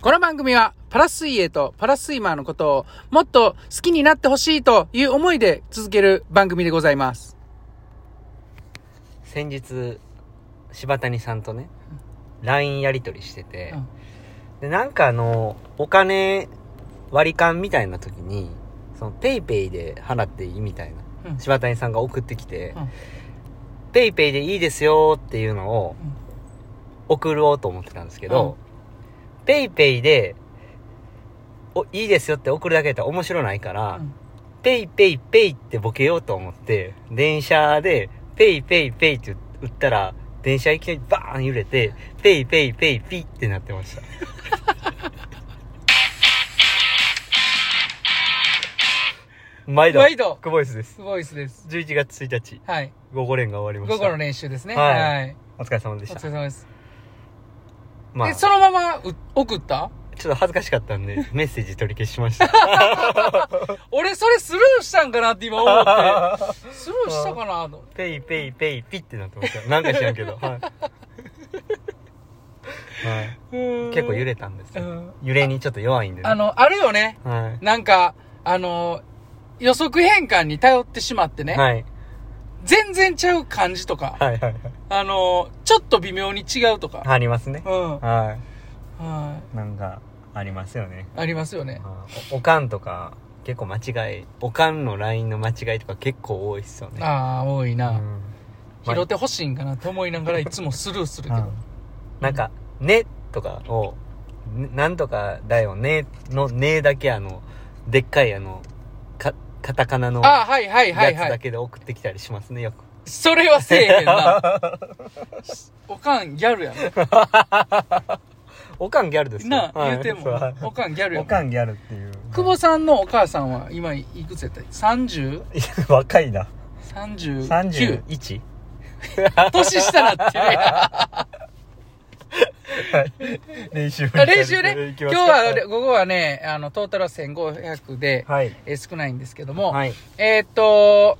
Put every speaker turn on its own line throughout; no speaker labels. この番組はパラ水泳とパラスイマーのことをもっと好きになってほしいという思いで続ける番組でございます。
先日柴谷さんとね LINE やり取りしてて、
うん
でなんかあのお金割り勘みたいな時にそのペイペイで払っていいみたいな
うん
柴谷さんが送ってきて、
うん
ペイペイでいいですよっていうのを
うん
送ろうと思ってたんですけど、ペイペイでおいいですよって送るだけだったら面白ないから、
うん
ペイペイペイってボケようと思って、電車でペイペイペイって打ったら、電車いきなりバーン揺れて、ペイペイペイピってなって ました。毎度。
毎度
クボイスです。
すごいですです。
11月1日、
はい。
午後練が終わりま
午
した。
後の練習ですね。
はい
はい。
お疲れ様で
お
し
疲
た
れ。様です。
まあ、
え、
ちょ
そのままう送った
っと恥ずかしかったんで、メッセージ取り消し ました。
俺それスルーしたんかなって今思って。 スルーしたかなと。
ペイペイペイピってなってました。なんか知らんけど。はい。はい、結
結
構揺れたんです
う
よ。
ん。
揺れにちょっと弱いんで、ね、
あの、あるよね。
は
なんか、あの、予測変換に頼ってしまって
い、
ね。
はい
全然ちゃう感じとか、
はいはいはい
あの、ちょっと微妙に違うとか。
ありますね
うん。は。
はいいなんかありますよね
ありますよね。
おおかんとか結構間違いおかんの LINE の間違いとか結構多いっすよね
ああ、多いな。
うん
拾ってほしいんかなと思いながらいつもスルーするけ
う
ど
ん。なんか「ね」とかを「ねなんとかだよね」の「ね」だけあのでっかいあのかカタカナの
あ
や
あ、はいはい
つ
はいは
だ
い。
けで送ってきたりしますねよく
それはせえへん な。おかんギャルやろ。
おかんギャルですよ
なあ、
はい
言うても
そうはい
ん。おかんギャルやも
お
ん。
かんギャルっていう
久保さんのお母さんは今いくつやった ?30?39?
若いな31?
年下なって ね。
練習
あ練習ね。今日は、
ね
午後はね、あの、トータルは1500で、
はい
えー少ないんですけども、
はい
えーっと、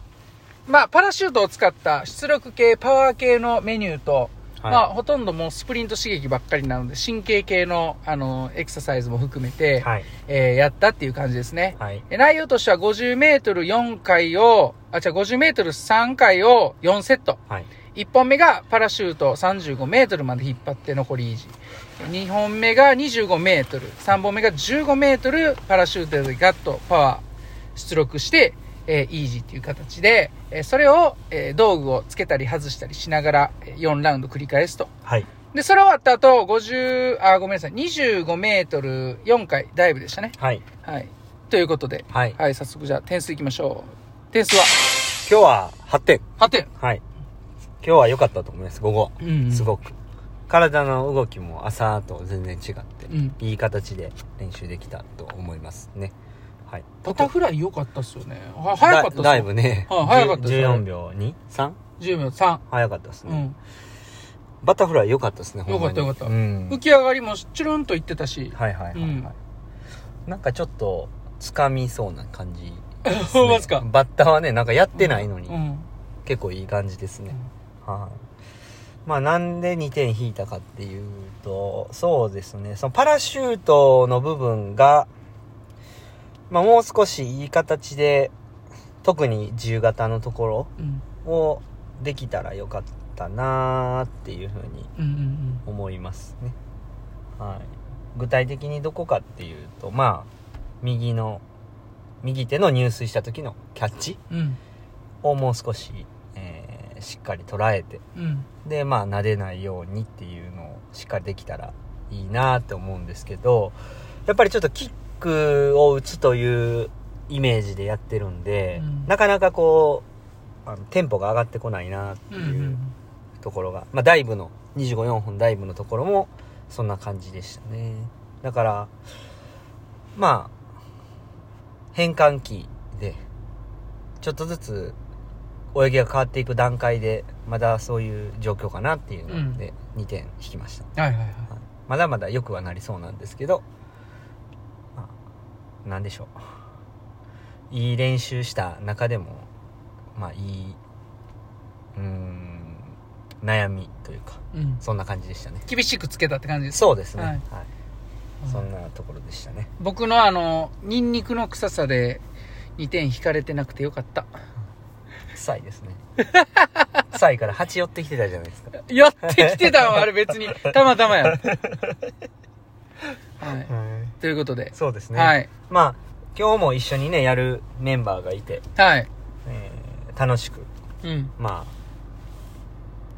まあ、パラシュートを使った出力系、パワー系のメニューと、まあ、
は
ほとんどもうスプリント刺激ばっかりなので、神経系の、あの、エクササイズも含め
い
て、
はい
えーやったっていう感じですね。
はい
え内容としては50メートル4回を、あ、違う、50メートル3回を4セット。
はい
1本目がパラシュート35メートルまで引っ張って残り維持。2本目が25メートル。3本目が15メートルパラシュートでガッとパワー出力して、えーイージーっていう形で、えーそれを、えー道具をつけたり外したりしながらえー4ラウンド繰り返すと。
はい
で、それ終わった後、50、あ、ごめんなさい、25メートル4回ダイブでしたね。
はい
はい。ということで、
はい
はい、早速じゃあ点数いきましょう。点数は
今日は8点
8点。
はい今日は良かったと思います午後
うん
すごく体の動きも朝と全然違って
うん。
いい形で練習できたと思いますねはい
バタフライ良かったっすよね。は早かったっすよ
だだいぶね
はい早かったです
14秒 2?3?
10秒3。
早かったです
う
ね
ん。
バタフライ良かったですねほんまに
良かった良かった
うん
浮き上がりもチュルンといってたし。
はいはいはい、はい
うん
なんかちょっと掴みそうな感じですね
ほんまっすか
バッターはねなんかやってないのに、
うん。
結構いい感じですね、はいまあなんで2点引いたかっていうとそうですねそのパラシュートの部分が、まあ、もう少しいい形で特に自由形のとこ
うん。
ろをできたらよかったなーっていうふうに
うん。うん。
思いますね。はい。具体的にどこかっていうと、まあ、右の、右手の入水した時のキャッチ
うん。
をもう少し、えーしっかり捉えて、
うん。
で、まあ、撫でないようにっていうのをしっかりできたらいいなって思うんですけど、やっぱりちょっとキックを打つというイメージでやってるんで、
うん
なかなかこう、あのテンポが上がってこないなって
う
い
ん。う
う、
ん。
ところが、まあ、ダイブの254本ダイブのところもそんな感じでしたねだからまあ変換期でちょっとずつ泳ぎが変わっていく段階でまだそういう状況かなっていうので2点引きました、
はいはいはい。
はいまだまだ良くはなりそうなんですけど、まあ、なんでしょう。いい練習した中でも、まあいい、うーん、悩みというか、
うん。
そんな感じでしたね。
厳しくつけたって感じです。
そうですね。
は
はいい。
うん
そんなところでしたね
僕のあのニンニクの臭さで2点引かれてなくてよかった
臭いですね臭いから蜂寄ってきてたじゃないですか、
寄ってきてたわあれ別にたまたまやはいということで、
そうですね、
はい
まあ今日も一緒にねやるメンバーがいて、
はい
えー楽しく
うん
ま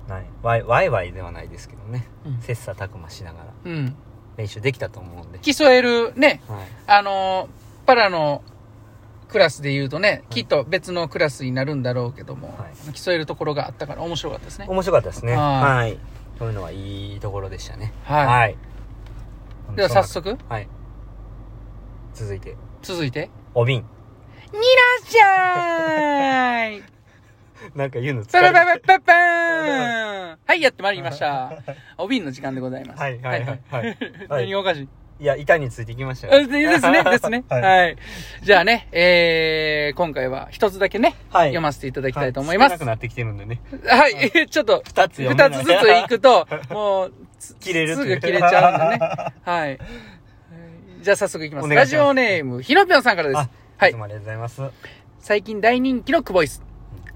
あないワイワイワイではないですけどね、
うん
切磋琢磨しながら
うん
練習できたと思うんで、
競えるね
はい、
あのパラのクラスで言うとね、きっと別のクラスになるんだろうけども、
は
競えるところがあったから面白かったですね
面白かったですね
はい
はいそういうのはいいところでしたね
はいでは早速
はい続いて
続いて
お瓶
「にらっしゃい!」
なんか言うの
パラ
疲れ
パ
た
ラパラパーン はい、やってまいりました。お瓶の時間でございます。
はいはいはいはい
何がおかしい
いや板についてきました
あ
よ
でですね、ですね。
はい
はい。じゃあね、えー、今回は一つだけね、
はい
読ませていただきたいと思いま
は少な
す。
く
は
なってきてるんでね
い、 ちょっと、
二つ
二
読めない
つずつ行くと、もう、つ
切れるっ
す
ていう
ぐ切れちゃうんでね。 はい。じゃあ早速いきます。
お願
ラ
いし
ジ
ます
オネーム、ひのぴょんさんからです
あ。
はい
いつ。もありがとうございます
最近大人気のクボイス。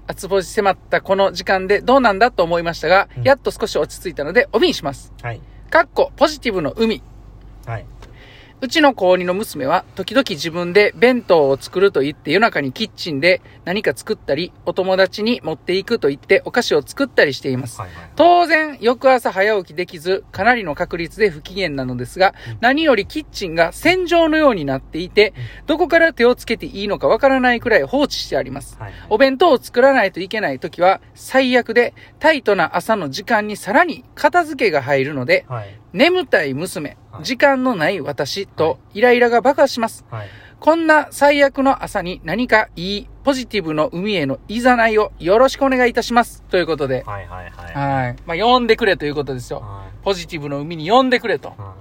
厚ぼし迫ったこの時間でどうなんだと思いましたが、
うん
やっと少し落ち着いたので、お瓶します。
はい
かっこ、ポジティブの海。
はい、
うちの高2の娘は、時々自分で弁当を作ると言って夜中にキッチンで何か作ったり、お友達に持っていくと言ってお菓子を作ったりしています。
はいはい
当然、翌朝早起きできず、かなりの確率で不機嫌なのですが
うん、
何よりキッチンが戦場のようになっていて、どこから手をつけていいのかわからないくらい放置してあります。
はい
お弁当を作らないといけない時は、最悪で、タイトな朝の時間にさらに片付けが入るので、
はい
眠たい娘、
はい
時間のない私
は
とイライラが爆発します。
はい
こんな最悪の朝に何かいいポジティブの海へのいざないをよろしくお願いいたします。ということで、
はいはいはいはい
はい。まあ、呼んでくれということですよ。
はい
ポジティブの海に呼んでくれと。
は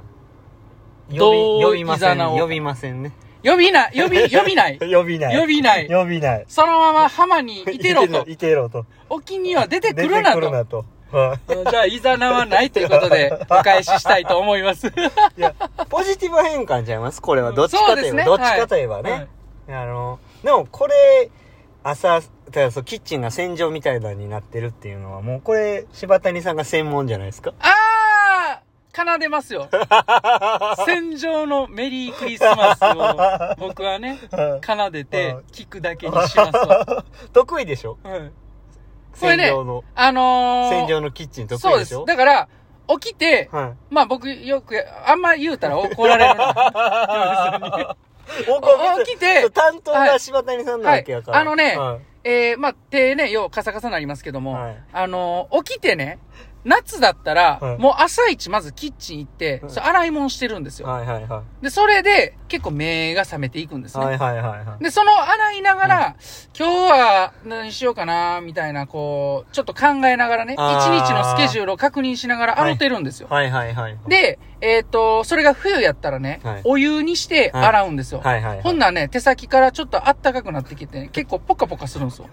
い
どう
呼び呼びません
いざなお
呼びませんね。
呼びな、呼び、呼びない
呼びない
呼びない
呼びない
そのまま浜にいてろと。
いてろと
沖には出てくるな
出てくる
と。
なとは
じゃあ、いざなはないということで、お返ししたいと思い ます。
い いやポジティブ変換ちゃいますこれはどっちかといえば、
そ
ど
う
っ
ですね
ちかといえば
は
ね
い、
あのでもこれ朝だからそうキッチンが戦場みたいなのになってるっていうのはもうこれ柴谷さんが専門じゃないですか
あー奏でますよ。戦場のメリークリスマスを僕はね、 奏でて聞くだけにしますわ。
得意でしょ
うんこれ
戦
ね
場の、
あのー、
戦場のキッチン得
そう
意
で
でし
す
ょ。
だから、起きて、
はい
まあ僕よく、あんま言うたら怒られるな。
僕
起きて
そう担当が柴谷さんなわけやから。
はいあのね
はい
えー、まあ手ね、ようカサカサなりますけども、
はい
あのー、起きてね、夏だったら、
はい
もう朝一まずキッチン行って、
はい
そう洗い物してるんですよ。
はいはいは
で、それで結構目が覚めていくんです
い。
ね。
はいはいはいはい。
で、その洗いながら、今日は何しようかな、みたいな、こう、ちょっと考えながらね、一
あー
日のスケジュールを確認しながら
はい
洗ってるんですよ。
はいはいはい。
で、えっ、と、それが冬やったらね、
はい
お湯にして洗うんですよ。
はいはいはい。
ほんならね、手先からちょっとあったかくなってきてね、結構ポカポカするんですよ。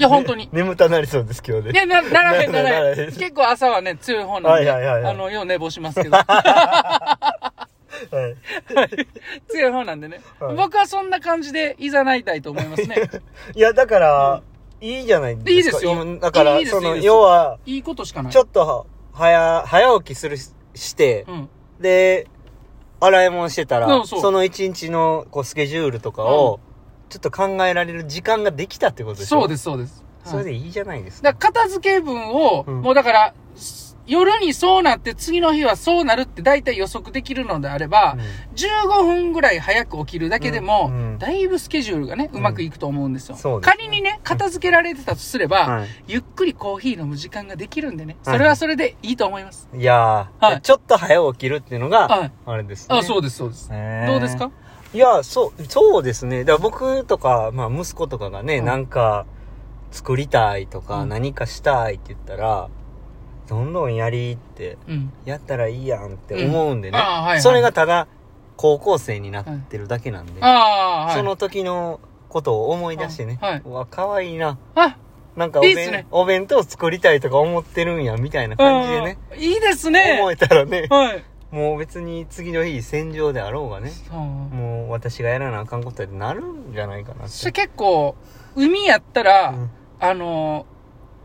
いや、本当に。
眠たなりそうです今日ね。
ね、な、ならへんな
な
ら
ら
へ
へ
ん。
ん
結構朝はね、強い方なんで、
はいはいはいはい
あの、よう寝坊します けど。
はい
強い方なんでね、
はい
僕はそんな感じで、いざないたいと思います ね。
いや、だから、いいじゃないですか。
いいですよ
今だか
いい
ら、
ですよい
そ
い
の、
ですよ
要は、
いいことしかない。
ちょっと、早、早起きするし、して
う、ん。
で、洗い物してた
そう
ら、
そう
その一日の、こう、スケジュールとかを、ちょっと考えられる時間ができたってことでしょ
そうです、そうです。
それ
はい
でいいじゃないですか。
だから片付け分を、
うん
もうだから、す夜にそうなって、次の日はそうなるって大体予測できるのであれば、15分ぐらい早く起きるだけでも、
うんうん
だいぶスケジュールがね、
う
うんまくいくと思うんですよ。
そうですね
仮にね、片付けられてたとすれば、
はい
ゆっくりコーヒー飲む時間ができるんでね、
はい
それはそれでいいと思います。
いやー、
はい
ちょっと早起きるっていうの
はい
が、あれですね。
あ、そうです、そうです。
へー
どうですか
いや、そう、そうですね。だから僕とか、まあ息子とかがね、
うん
なんか、作りたいとか、
うん
何かしたいって言ったら、どんどんやりって、
うん。
やったらいいやんって思うんでね。
うんあーはいはい
それがただ、高校生になってるだけなんで、
ああ、はい。
その時のことを思い出してね、
はいはいう
わ、可愛いな。
あ、
なんかお弁
いいっすね
お弁当作りたいとか思ってるんや、みたいな感じでね、
うんいいですね。
思えたらね、
はい。
もう別に次の日戦場であろうがね
うん
もう私がやらなあかんことやってなるんじゃないかなって
それ結構、海やったら、
うん
あのー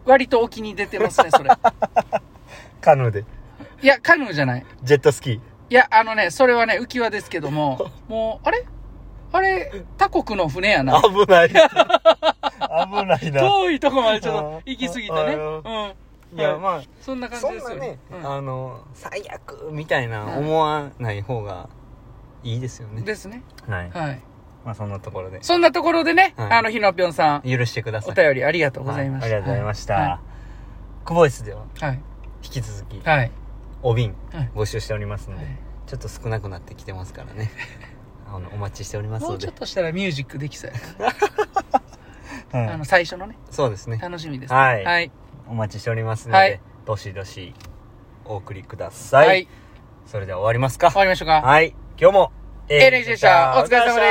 割と沖に出てますね、 それ。
カヌーで
いや、カヌーじゃない。
ジェットスキー
いや、あのね、それはね、浮き輪ですけど も、もう、あれあれ、他国の船やな。
危ない危ないな
遠いとこまでちょっと行き過ぎたね。
あー
うん。
いやまあ
そんな感じ
そん
です
な
よ
ね、
うん
あの最悪みたいな思わない方がいいですよね、
ですね。
はい
はい。
まあそんなところで
そんなところでね、
はい
あの、ひのぴょんさん、
許してくださ
お
い
便りありがとうございました。
はありがとうございました、
は。
クボイスではい
はい。
引き続き
はい。
お瓶
はい
募集しておりますので、
はい
ちょっと少なくなってきてますか らねあのお待ちしております
も
の
うち
で
ょっとしたらミュージックできそうや
はい
なあの、最初のね、
そうですね
楽しみです。
はい
はい。
お待ちしておりますので、
はい
どしどしお送りください、
はい
それでは終わりますか
終わりましょうか。
はい今日も
NHK でしたお疲れ様です
お疲れ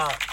様でした